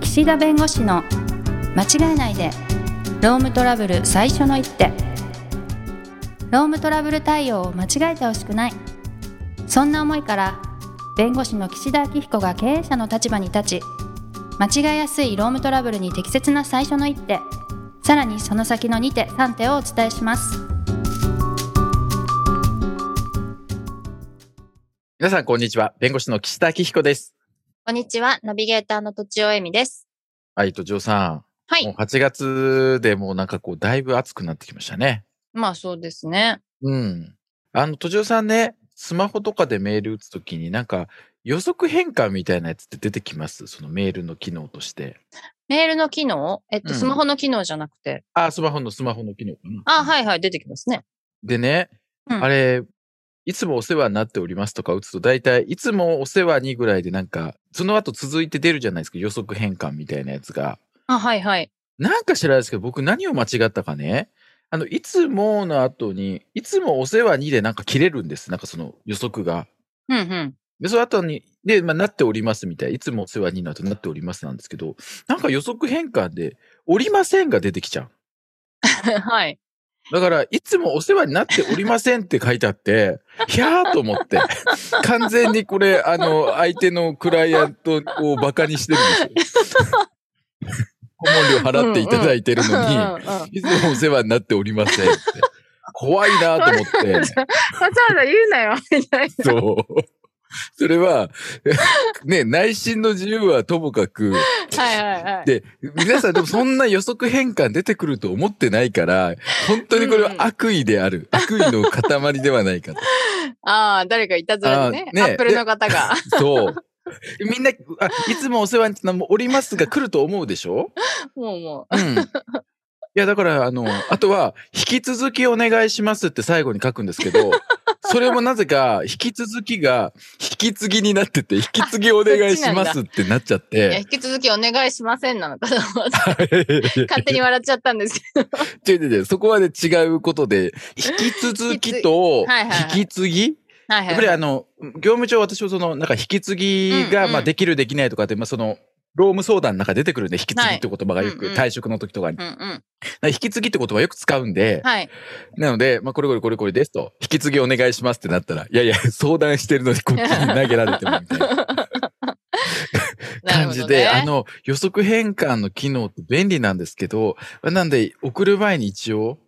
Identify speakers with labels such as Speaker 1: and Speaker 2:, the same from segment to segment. Speaker 1: 岸田弁護士の間違えないでロームトラブル最初の一手ロームトラブル対応を間違えてほしくないそんな思いから弁護士の岸田明彦が経営者の立場に立ち間違えやすいロームトラブルに適切な最初の一手さらにその先の2手3手をお伝えします
Speaker 2: 皆さん、こんにちは。弁護士の岸田明彦です。
Speaker 3: こんにちは。ナビゲーターのとちおえみです。
Speaker 2: はい、とじおさ
Speaker 3: は
Speaker 2: ん。もう
Speaker 3: い。
Speaker 2: 8月でもうなんかこう、だいぶ暑くなってきましたね。
Speaker 3: まあそうですね。
Speaker 2: うん。あの、とじおさんね、スマホとかでメール打つときになんか予測変換みたいなやつって出てきます。そのメールの機能として。
Speaker 3: メールの機能えっ
Speaker 2: う
Speaker 3: と、
Speaker 2: ん
Speaker 3: スマホの機能じゃなくて。
Speaker 2: あ、スマホの、スマホの機能かな。
Speaker 3: あ、はいはい、出てきますね。
Speaker 2: でね、
Speaker 3: うん
Speaker 2: あれ、いつもお世話になっておりますとか打つと、だいたいいつもお世話にぐらいでなんか、その後続いて出るじゃないですか、予測変換みたいなやつが。
Speaker 3: あ、はいはい。
Speaker 2: なんか知らないですけど、僕何を間違ったかね。あの、いつもの後に、いつもお世話にでなんか切れるんです。なんかその予測が。
Speaker 3: うんうん。
Speaker 2: で、その後に、で、まあ、なっておりますみたいな。いつもお世話にの後なっておりますなんですけど、なんか予測変換で、おりませんが出てきちゃう。
Speaker 3: はい。
Speaker 2: だから、いつもお世話になっておりませんって書いてあって、ひゃーと思って、完全にこれ、あの、相手のクライアントをバカにしてるんです よ。顧問料払っていただいてるのに、
Speaker 3: うんうんうんわ
Speaker 2: いつもお世話になっておりませんって。怖いなと思って、
Speaker 3: ざわざ言う なよ、みたいな。
Speaker 2: そう。それは、 ね、内心の自由はともかく、
Speaker 3: はいはいはい。
Speaker 2: で、皆さんでもそんな予測変換出てくると思ってないから、本当にこれは悪意である。悪意の塊ではないかと。
Speaker 3: ああ、誰かいたずらで
Speaker 2: あ
Speaker 3: ね。
Speaker 2: ね
Speaker 3: アップルの方が。
Speaker 2: そう。みんな、あいつもお世話になっておりますが来ると思うでしょ
Speaker 3: もうも
Speaker 2: うん。いや、だから、あ の、あとは、引き続きお願いしますって最後に書くんですけ ど、それもなぜか、引き続きが、引き継ぎになってて、引き継ぎお願いしますってなっちゃっ
Speaker 3: う。いや、
Speaker 2: て。
Speaker 3: 引き続きお願いしませんなのかと思って。
Speaker 2: 勝
Speaker 3: 勝手に笑っちゃったんですけ
Speaker 2: 違う違う違うそこはね、違うことで、引き続きと
Speaker 3: きはいはい、はい
Speaker 2: 引き継ぎ
Speaker 3: ど。はい
Speaker 2: やっ
Speaker 3: は
Speaker 2: ぱり
Speaker 3: い。
Speaker 2: あの、業務上私はその、なんか引き継ぎ
Speaker 3: うん
Speaker 2: が、
Speaker 3: うん
Speaker 2: まあできるできないとかって、まあその、労務相談の中で出てくるんで、引き継ぎって言葉がよ
Speaker 3: はいうん
Speaker 2: く
Speaker 3: うん
Speaker 2: 退職の時とかに。
Speaker 3: うんうん。
Speaker 2: なんか引き継ぎって言葉よく使うんで、
Speaker 3: はい。
Speaker 2: なので、まあこれこれこれこれですと、引き継ぎお願いしますってなったら、いやいや、相談してるのにこっちに投げられてもみ たいな
Speaker 3: なる
Speaker 2: 感
Speaker 3: ほ
Speaker 2: じ
Speaker 3: ど
Speaker 2: で、
Speaker 3: ね
Speaker 2: あ、の、予測変換の機能って便利なんですけど、なんで送る前に一応、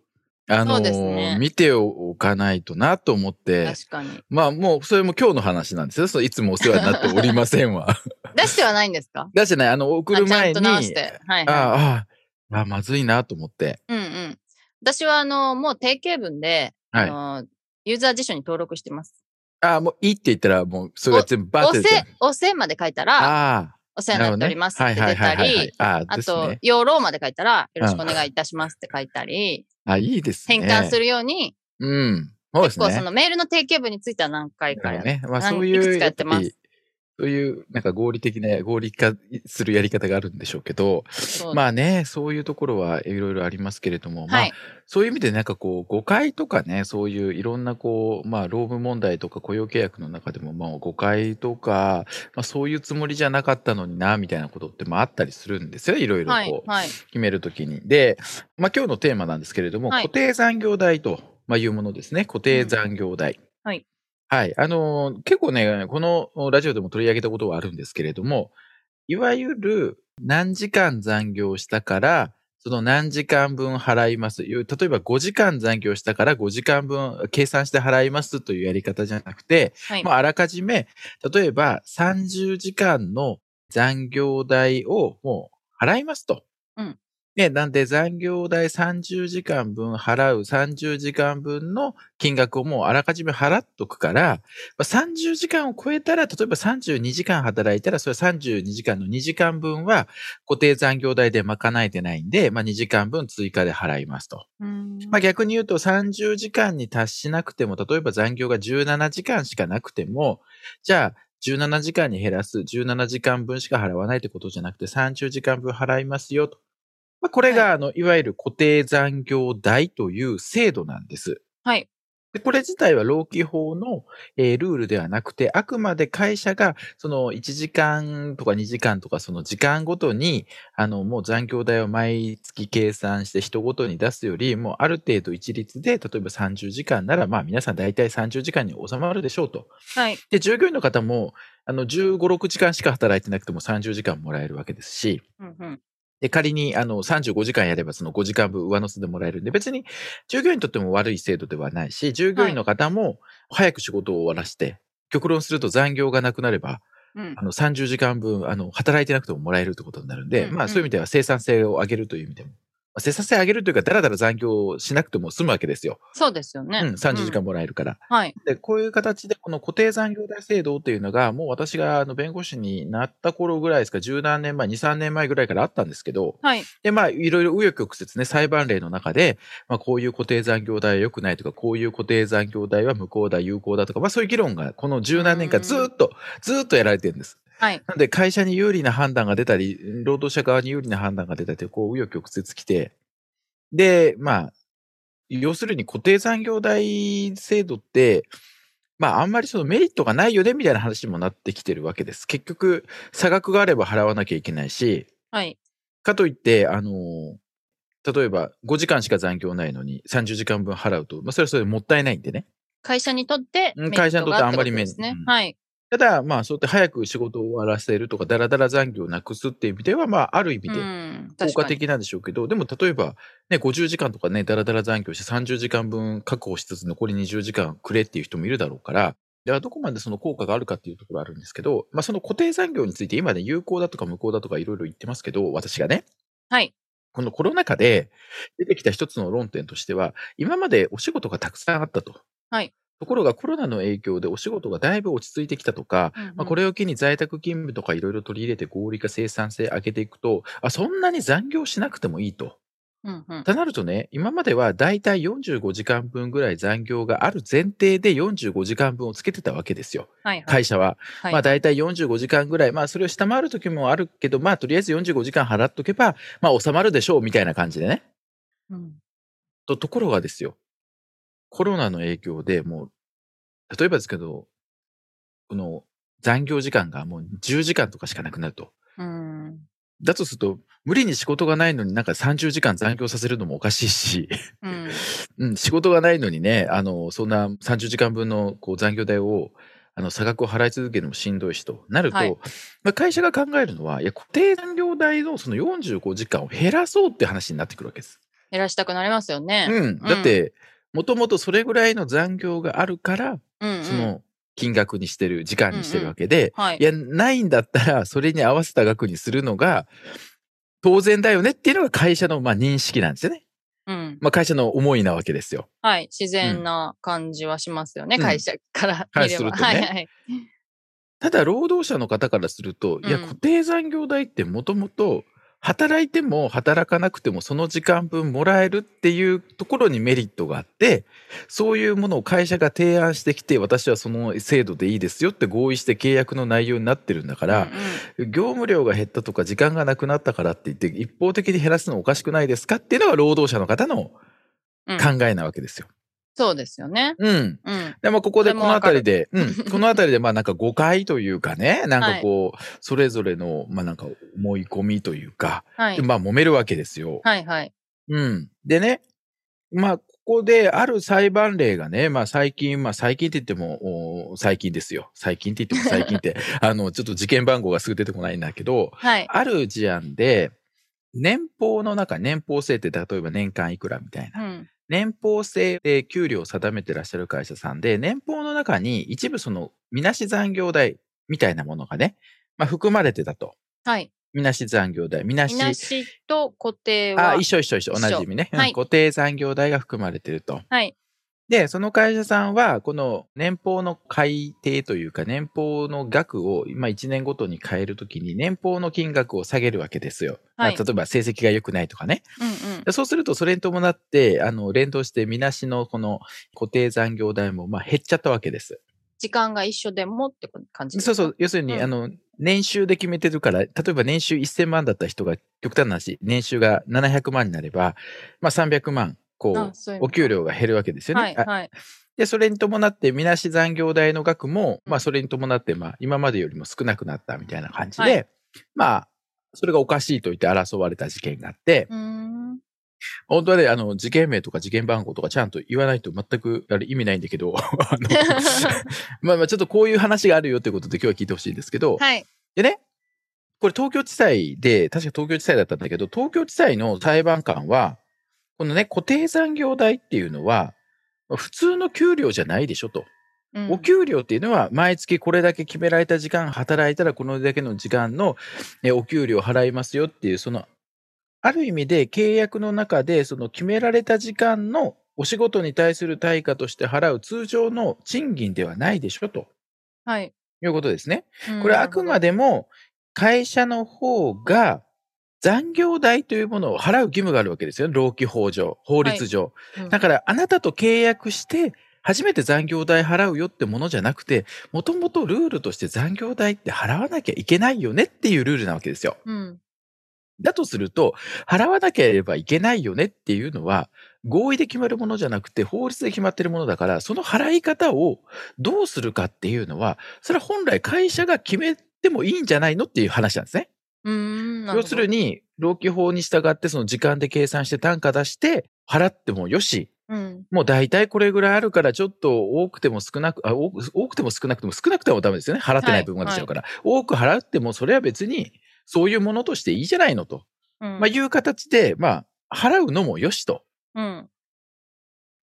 Speaker 2: あの
Speaker 3: そうですね
Speaker 2: 見ておかないとなと思って、
Speaker 3: 確かに。
Speaker 2: まあもう、それも今日の話なんですよ。そのいつもお世話になっておりません わ。
Speaker 3: 出してはないんですか
Speaker 2: だしね、あの、送る前
Speaker 3: あ
Speaker 2: に、
Speaker 3: ちゃんと
Speaker 2: あ
Speaker 3: 直して。はい、はい。
Speaker 2: あ、ああ、まずいなと思って。
Speaker 3: うんうん。私は、あの、もう定型文で、
Speaker 2: はい
Speaker 3: あの、ユーザー辞書に登録してます。
Speaker 2: ああ、もういいって言ったら、もう、それが全部バーっ
Speaker 3: お
Speaker 2: て
Speaker 3: せ
Speaker 2: 出て、
Speaker 3: おせまで書いたら、
Speaker 2: あ
Speaker 3: お世
Speaker 2: あ、
Speaker 3: 話になっておりますって出たり、。
Speaker 2: ああ、
Speaker 3: あ
Speaker 2: です
Speaker 3: と
Speaker 2: ね、。
Speaker 3: 要ローまで書いたら、よろしくお願いいたしますって書いたり、
Speaker 2: あいいですね。
Speaker 3: 変換す
Speaker 2: る。
Speaker 3: るように、
Speaker 2: うん。そうです
Speaker 3: 結構そ
Speaker 2: ね。
Speaker 3: のメールの定型文については何回か
Speaker 2: だ
Speaker 3: や
Speaker 2: よ
Speaker 3: る。
Speaker 2: ね。まあ
Speaker 3: なん
Speaker 2: そういう、
Speaker 3: いくつかやってます
Speaker 2: やっぱりそういう、なんか合理的な、合理化するやり方があるんでしょうけど、
Speaker 3: そう
Speaker 2: まあね、そういうところはいろいろありますけれども、まあ
Speaker 3: はい。
Speaker 2: そういう意味でなんかこう、誤解とかね、そういういろんなこう、まあ、労務問題とか雇用契約の中でも、まあ、誤解とか、まあ、そういうつもりじゃなかったのにな、みたいなことって、まあ、あったりするんですよ。いろいろ
Speaker 3: はい
Speaker 2: こ。う、
Speaker 3: はい。
Speaker 2: 決めるときに。で、まあ、今日のテーマなんですけれども、
Speaker 3: はい
Speaker 2: 固定残業代と、まあ、いうものですね。固定残業代。
Speaker 3: うんはい。
Speaker 2: はい。あのー結構ね、このラジオでも取り上げたことはあるんですけれども、いわゆる何時間残業したから、その何時間分払います。いう例えば5時間残業したから5時間分計算して払いますというやり方じゃなくて、
Speaker 3: はい
Speaker 2: まあ、あらかじめ、例えば30時間の残業代をもう払いますと。
Speaker 3: うん
Speaker 2: ね、なんで残業代30時間分払う30時間分の金額をもうあらかじめ払っとくから、まあ30時間を超えたら、例えば32時間働いたら、それは32時間の2時間分は固定残業代で賄えてないんで、まあ2時間分追加で払いますと。
Speaker 3: うん
Speaker 2: まあ、逆に言うと30時間に達しなくても、例えば残業が17時間しかなくても、じゃあ17時間に減らす、17時間分しか払わないってことじゃなくて30時間分払いますよと。まあ、これが、あの、いわゆる固定残業代という制度なんです。
Speaker 3: はい。
Speaker 2: でこれ自体は労基法の、えールールではなくて、あくまで会社が、その1時間とか2時間とか、その時間ごとに、あの、もう残業代を毎月計算して人ごとに出すより、もうある程度一律で、例えば30時間なら、まあ皆さん大体30時間に収まるでしょうと。
Speaker 3: はい。
Speaker 2: で、従業員の方も、あの、15、6時間しか働いてなくても30時間もらえるわけですし、
Speaker 3: うんうん。
Speaker 2: で、仮に、あの、35時間やれば、その5時間分上乗せでもらえるんで、別に、従業員にとっても悪い制度ではないし、従業員の方も、早く仕事を終わらして、極論すると残業がなくなれば、
Speaker 3: うん
Speaker 2: あ。の、30時間分、あの、働いてなくてももらえるってことになるんで、
Speaker 3: うんうん
Speaker 2: まあ、そういう意味では生産性を上げるという意味でも。まあ生産性上げるというか、だらだら残業しなくても済むわけですよ。
Speaker 3: そうですよね。
Speaker 2: うん、30時間もらえるから。
Speaker 3: はい。
Speaker 2: で、こういう形で、この固定残業代制度っていうのが、もう私があの弁護士になった頃ぐらいですか、十何年前、二、三年前ぐらいからあったんですけど、
Speaker 3: はい。
Speaker 2: で、まあ、いろいろ紆余曲折ね、裁判例の中で、まあ、こういう固定残業代は良くないとか、こういう固定残業代は無効だ、有効だとか、まあ、そういう議論が、この十何年間ずーっと、ずーっとやられてるんです。
Speaker 3: はい。
Speaker 2: なんで、会社に有利な判断が出たり、労働者側に有利な判断が出たりと、こう、紆余曲折来て、で、まあ、要するに固定残業代制度って、まあ、あんまりそのメリットがないよね、みたいな話にもなってきてるわけです。結局、差額があれば払わなきゃいけないし、
Speaker 3: はい。
Speaker 2: かといって、あのー例えば5時間しか残業ないのに30時間分払うと、まあ、それはそれでもったいないんでね。
Speaker 3: 会社にとって
Speaker 2: うん
Speaker 3: メリットが
Speaker 2: 会社にとってあんまり
Speaker 3: ことです
Speaker 2: メ
Speaker 3: ね
Speaker 2: リッ。ト
Speaker 3: はい。
Speaker 2: ただ、まあ、そうやって早く仕事を終わらせるとか、だらだら残業をなくすっていう意味では、まあ、ある意味
Speaker 3: う
Speaker 2: で
Speaker 3: ん。
Speaker 2: 効
Speaker 3: 確
Speaker 2: 果
Speaker 3: かに。
Speaker 2: 的なんでしょうけど、でも例えば、ね、50時間とかね、だらだら残業して30時間分確保しつつ残り20時間くれっていう人もいるだろうから、ではどこまでその効果があるかっていうところあるんですけど、まあ、その固定残業について今ね、有効だとか無効だとかいろいろ言ってますけど、私がね。
Speaker 3: はい。
Speaker 2: このコロナ禍で出てきた一つの論点としては、今までお仕事がたくさんあったと。
Speaker 3: はい
Speaker 2: ところがコロナの影響でお仕事がだいぶ落ち着いてきたとか、
Speaker 3: うんうん
Speaker 2: まあ、これを機に在宅勤務とかいろいろ取り入れて合理化生産性上げていくと、あ、そんなに残業しなくてもいいと。
Speaker 3: うんうん。
Speaker 2: となるとね、今まではだいたい45時間分ぐらい残業がある前提で45時間分をつけてたわけですよ。
Speaker 3: はい。はい。
Speaker 2: 会社は。
Speaker 3: はい
Speaker 2: まあ大体45時間ぐらい、まあそれを下回る時もあるけど、まあとりあえず45時間払っとけば、まあ収まるでしょうみたいな感じでね。
Speaker 3: うん
Speaker 2: と、ところがですよ。コロナの影響でもう、例えばですけど、この残業時間がもう10時間とかしかなくなると。
Speaker 3: うん。
Speaker 2: だとすると、無理に仕事がないのになんか30時間残業させるのもおかしいし、
Speaker 3: うん。
Speaker 2: うん、仕事がないのにね、あの、そんな30時間分のこう残業代を、あの、差額を払い続けるのもしんどいしとなると、
Speaker 3: はい
Speaker 2: まあ、会社が考えるのは、いや、固定残業代のその45時間を減らそうって話になってくるわけです。
Speaker 3: 減らしたくなりますよね。
Speaker 2: うん。だって、もともとそれぐらいの残業があるから、
Speaker 3: うんうん。
Speaker 2: その金額にしてる、時間にしてるわけで、
Speaker 3: はい
Speaker 2: い。や、ないんだったら、それに合わせた額にするのが、当然だよねっていうのが会社のまあ認識なんですよね。
Speaker 3: うん。
Speaker 2: まあ、会社の思いなわけですよ。
Speaker 3: はい。自然な感じはしますよね。
Speaker 2: うん
Speaker 3: 会社から
Speaker 2: はい
Speaker 3: 見れば。
Speaker 2: するとね
Speaker 3: はいはい。
Speaker 2: ただ、労働者の方からすると、いや、
Speaker 3: うん
Speaker 2: 固定残業代ってもともと、働いても働かなくてもその時間分もらえるっていうところにメリットがあって、そういうものを会社が提案してきて、私はその制度でいいですよって合意して契約の内容になってるんだか
Speaker 3: うんう
Speaker 2: ら
Speaker 3: ん、
Speaker 2: 業務量が減ったとか時間がなくなったからって言って、一方的に減らすのおかしくないですかっていうのが労働者の方の
Speaker 3: うん
Speaker 2: 考えなわけですよ。
Speaker 3: そうですよね。
Speaker 2: うん。
Speaker 3: うん。
Speaker 2: で、まあ、ここで、
Speaker 3: そ
Speaker 2: こ
Speaker 3: れも
Speaker 2: の
Speaker 3: わ
Speaker 2: あ
Speaker 3: か
Speaker 2: た
Speaker 3: る
Speaker 2: りで、うん、 このあたりで、まあ、なんか誤解というかね、なんかこう、それぞれの、まあ、なんか思い込みというか、
Speaker 3: はい。
Speaker 2: まあ、揉めるわけですよ。
Speaker 3: はいはい。
Speaker 2: うん。でね、まあ、ここで、ある裁判例がね、まあ、最近、まあ、最近って言っても、お最近ですよ。最近って言 っても最近って、あの、ちょっと事件番号がすぐ出てこないんだけど、
Speaker 3: はい。
Speaker 2: ある事案で、年俸の中、年俸制って、例えば年間いくらみたいな
Speaker 3: う。ん。
Speaker 2: 年俸制で給料を定めてらっしゃる会社さんで、年俸の中に一部その、みなし残業代みたいなものがね、まあ含まれてたと。
Speaker 3: はい。
Speaker 2: みなし残業代、みなし
Speaker 3: み、なしと固定
Speaker 2: あ、
Speaker 3: は
Speaker 2: 一。緒一緒一緒、
Speaker 3: 一
Speaker 2: 同
Speaker 3: 緒
Speaker 2: じ意味ね。うん
Speaker 3: はい
Speaker 2: 固定残業代が含まれてると。
Speaker 3: はい。
Speaker 2: で、その会社さんは、この年俸の改定というか、年俸の額を、今1年ごとに変えるときに、年俸の金額を下げるわけですよ。まあ
Speaker 3: はい
Speaker 2: 例えば成績が良くないとかね。
Speaker 3: うんうん。
Speaker 2: でそうすると、それに伴って、あの、連動して、みなしのこの固定残業代も、まあ、減っちゃったわけです。
Speaker 3: 時間が一緒でもって感じです
Speaker 2: そう
Speaker 3: か
Speaker 2: そう。要するに、
Speaker 3: うん
Speaker 2: あの、年収で決めてるから、例えば年収1000万だった人が、極端な話、年収が700万になれば、まあ、300万、こ
Speaker 3: あ
Speaker 2: う、
Speaker 3: そういうの
Speaker 2: お給料が減るわけですよね。
Speaker 3: はい
Speaker 2: あ
Speaker 3: はい。
Speaker 2: で、それに伴って、みなし残業代の額も、
Speaker 3: うん
Speaker 2: まあ、それに伴って、まあ、今までよりも少なくなったみたいな感じで、
Speaker 3: は
Speaker 2: まあ、それがおかしいと言って争われた事件があって、
Speaker 3: うーん。
Speaker 2: 本当はね、あの、事件名とか事件番号とかちゃんと言わないと全く、あれ意味ないんだけど、あ のまあまあ、ちょっとこういう話があるよってことで今日は聞いてほしいんですけど、
Speaker 3: はい。
Speaker 2: でね、これ東京地裁で、確か東京地裁だったんだけど、東京地裁の裁判官は、このね、固定残業代っていうのは、普通の給料じゃないでしょと。
Speaker 3: うん
Speaker 2: お給料っていうのは、毎月これだけ決められた時間働いたら、このだけの時間のえお給料払いますよっていう、その、ある意味で契約の中で、その決められた時間のお仕事に対する対価として払う通常の賃金ではないでしょと
Speaker 3: はい。
Speaker 2: いうことですね。
Speaker 3: うん
Speaker 2: これあくま。でも会社の方が残業代というものを払う義務があるわけですよね。労基法上、法律上。
Speaker 3: なるほど
Speaker 2: だからあなたと契約して初めて残業代払うよってものじゃなくて、もともとルールとして残業代って払わなきゃいけないよねっていうルールなわけですよ。
Speaker 3: うん。
Speaker 2: だとすると、払わなければいけないよねっていうのは、合意で決まるものじゃなくて、法律で決まってるものだから、その払い方をどうするかっていうのは、それは本来会社が決めてもいいんじゃないのっていう話なんですね。
Speaker 3: うーん。なほど
Speaker 2: 要する、に、労基法に従って、その時間で計算して単価出して、払ってもよし、
Speaker 3: うん。
Speaker 2: もう大体これぐらいあるから、ちょっと多くても少なく、あ多く多くても少なくても少なくてもダメですよね。払ってない分が出ちゃうから。多く払っても、それは別に、そういうものとしていいじゃないのと。
Speaker 3: うん
Speaker 2: まあ、いう形で、まあ、払うのもよしと。
Speaker 3: うん。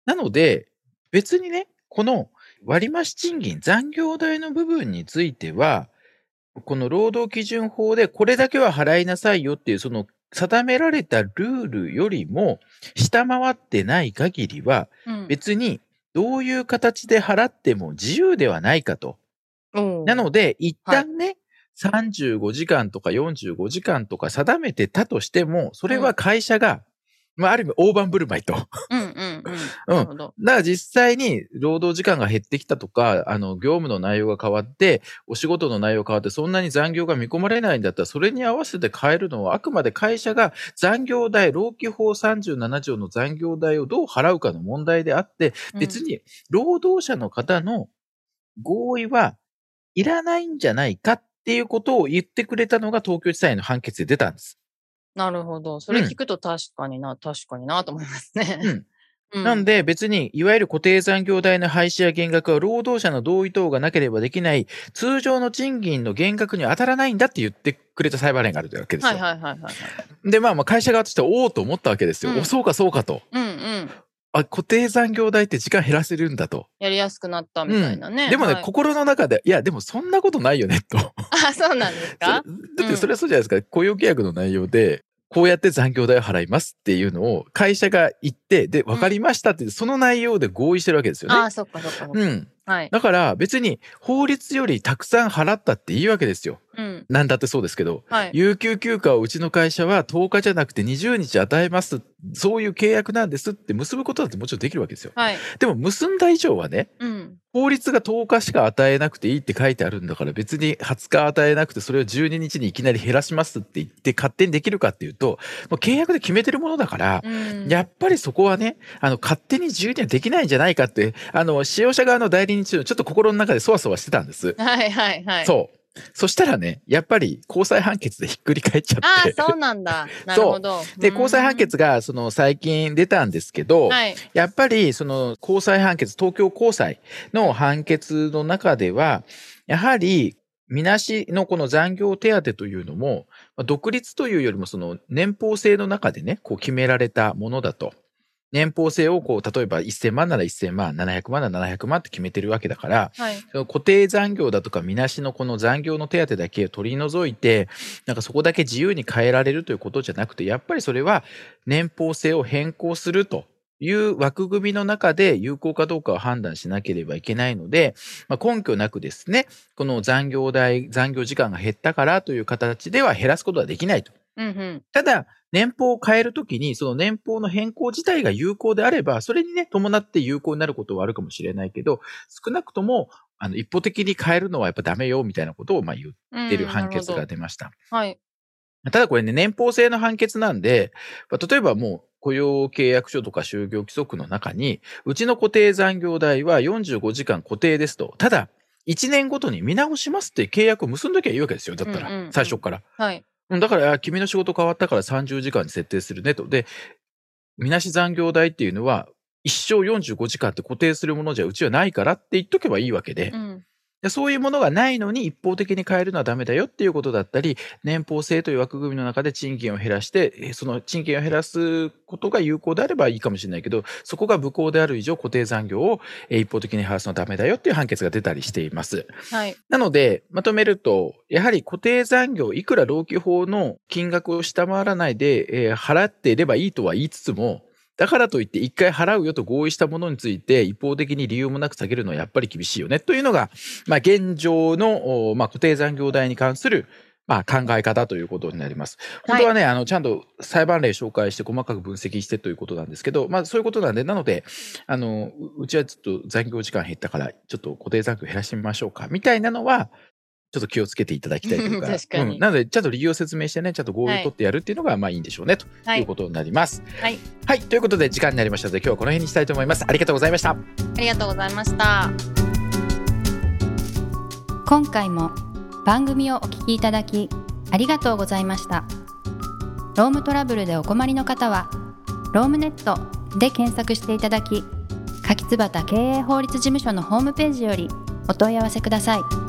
Speaker 2: なので、別にね、この割増賃金、残業代の部分については、この労働基準法でこれだけは払いなさいよっていう、その定められたルールよりも下回ってない限りは、
Speaker 3: うん。
Speaker 2: 別にどういう形で払っても自由ではないかと。な
Speaker 3: な
Speaker 2: ので、一旦ね、35時間とか45時間とか定めてたとしても、それは会社が、まあ、ある意味、大盤振る舞いと。 だか
Speaker 3: うんうんうん。
Speaker 2: うん
Speaker 3: なるほど。
Speaker 2: ら実際に、労働時間が減ってきたとか、あの、業務の内容が変わって、お仕事の内容が変わって、そんなに残業が見込まれないんだったら、それに合わせて変えるのは、あくまで会社が残業代、労基法37条の残業代をどう払うかの問題であって、別に労働者の方の合意はいらないんじゃないかっていうことを言ってくれたのが東京地裁の判決で出たんです。
Speaker 3: なるほど。それ
Speaker 2: うん
Speaker 3: 聞くと確かにな、確かになと思います
Speaker 2: う
Speaker 3: ね
Speaker 2: ん。
Speaker 3: う
Speaker 2: なん
Speaker 3: で、
Speaker 2: で別にいわゆる固定残業代の廃止や減額は労働者の同意等がなければできない通常の賃金の減額には当たらないんだって言ってくれた裁判例があるというわけですよ。
Speaker 3: はいはいはいはい。
Speaker 2: でまあまあ会社側としてはおおと思ったわけですよ。
Speaker 3: うん
Speaker 2: おそうかそうかと。
Speaker 3: うんうん。
Speaker 2: あ固定残業代って時間減らせるんだと。
Speaker 3: やりやすくなったみたいなね。
Speaker 2: でもね、
Speaker 3: はい
Speaker 2: 心の中でいやでもそんなことないよねと。
Speaker 3: あ、そうなんです
Speaker 2: それだ
Speaker 3: か
Speaker 2: ってそれはそうじゃないですか、雇用契約の内容で、こうやって残業代を払いますっていうのを会社が言って、で、分かりましたって、その内容で合意してるわけですよ
Speaker 3: あ
Speaker 2: ね。
Speaker 3: あ、そっかそっかそっか。
Speaker 2: うん。
Speaker 3: はい。
Speaker 2: だから別に法律よりたくさん払ったっていいわけですよ。
Speaker 3: うん。
Speaker 2: なんだってそうですけど。
Speaker 3: はい。
Speaker 2: 有給休暇をうちの会社は10日じゃなくて20日与えます。そういう契約なんですって結ぶことだってもちろんできるわけですよ。
Speaker 3: はい。
Speaker 2: でも結んだ以上はね、
Speaker 3: うん。
Speaker 2: 法律が10日しか与えなくていいって書いてあるんだから別に20日与えなくてそれを12日にいきなり減らしますって言って勝手にできるかっていうともう契約で決めてるものだから、
Speaker 3: うん。
Speaker 2: やっぱりそこはねあの勝手に自由にはできないんじゃないかってあの使用者側の代理人中ちょっと心の中でそわそわしてたんです、
Speaker 3: はいはいはい。う。
Speaker 2: そうそしたらねやっぱり高裁判決でひっくり返っちゃ
Speaker 3: あ
Speaker 2: って
Speaker 3: あ、そうな んだ。なるほど。
Speaker 2: で
Speaker 3: うん
Speaker 2: 高裁判。決がその最近出たんですけど、
Speaker 3: はい。
Speaker 2: やっぱりその高裁判決、東京高裁の判決の中では、やはり、みなしのこの残業手当というのも、まあ独立というよりもその年俸制の中でね、こう決められたものだと。年俸制をこう、例えば1000万なら1000万、700万なら700万って決めてるわけだから、
Speaker 3: はい。
Speaker 2: その固定残業だとか、みなしのこの残業の手当だけを取り除いて、なんかそこだけ自由に変えられるということじゃなくて、やっぱりそれは年俸制を変更するという枠組みの中で有効かどうかを判断しなければいけないので、まあ、根拠なくですね、この残業代、残業時間が減ったからという形では減らすことはできないと。
Speaker 3: うんうん。
Speaker 2: ただ、年俸を変えるときに、その年俸の変更自体が有効であれば、それにね、伴って有効になることはあるかもしれないけど、少なくとも、あの、一方的に変えるのはやっぱダメよ、みたいなことを、まあ言
Speaker 3: うん
Speaker 2: ってる判決が。出ました。
Speaker 3: はい。
Speaker 2: ただこれね、年俸制の判決なんで、まあ例えばもう雇用契約書とか就業規則の中に、うちの固定残業代は45時間固定ですと。ただ、1年ごとに見直しますって契約を結んどきゃいいわけですよ。だったら、
Speaker 3: うんうんうん
Speaker 2: 最初から。
Speaker 3: はい。
Speaker 2: うんだから、あ君の仕事変わったから30時間に設定するねと。で、みなし残業代っていうのは、一生45時間って固定するものじゃうちはないからって言っとけばいいわけで
Speaker 3: う、ん。
Speaker 2: でそういうものがないのに一方的に変えるのはダメだよっていうことだったり、年俸制という枠組みの中で賃金を減らして、えーその賃金を減らすことが有効であればいいかもしれないけど、そこが無効である以上固定残業をえー一方的に減らすのはダメだよっていう判決が出たりしています。
Speaker 3: はい。
Speaker 2: なので、まとめると、やはり固定残業、いくら労基法の金額を下回らないで、えー払っていればいいとは言いつつも、だからといって一回払うよと合意したものについて一方的に理由もなく下げるのはやっぱり厳しいよねというのが、まあ現状の、おまあ固定残業代に関するまあ考え方ということになります。本当はね、あの、ちゃんと裁判例紹介して細かく分析してということなんですけど、まあそういうことなんで、なので、あの、ううちはちょっと残業時間減ったから、ちょっと固定残業減らしてみましょうか、みたいなのは、ちょっと気をつけていただきたいというか、
Speaker 3: 確かに
Speaker 2: うんなので、ちゃんと理由を説明してね、ちゃんと合意を取ってやるっていうのが、まあいいんでしょうね、と
Speaker 3: はいいう
Speaker 2: ことになります。
Speaker 3: はい。
Speaker 2: はい、ということで時間になりましたので、今日はこの辺にしたいと思います。ありがとうございました。
Speaker 3: ありがとうございました。
Speaker 1: 今回も番組をお聞きいただきありがとうございましたロームトラブルでお困りの方はロームネットで検索していただき柿椿経営法律事務所のホームページよりお問い合わせください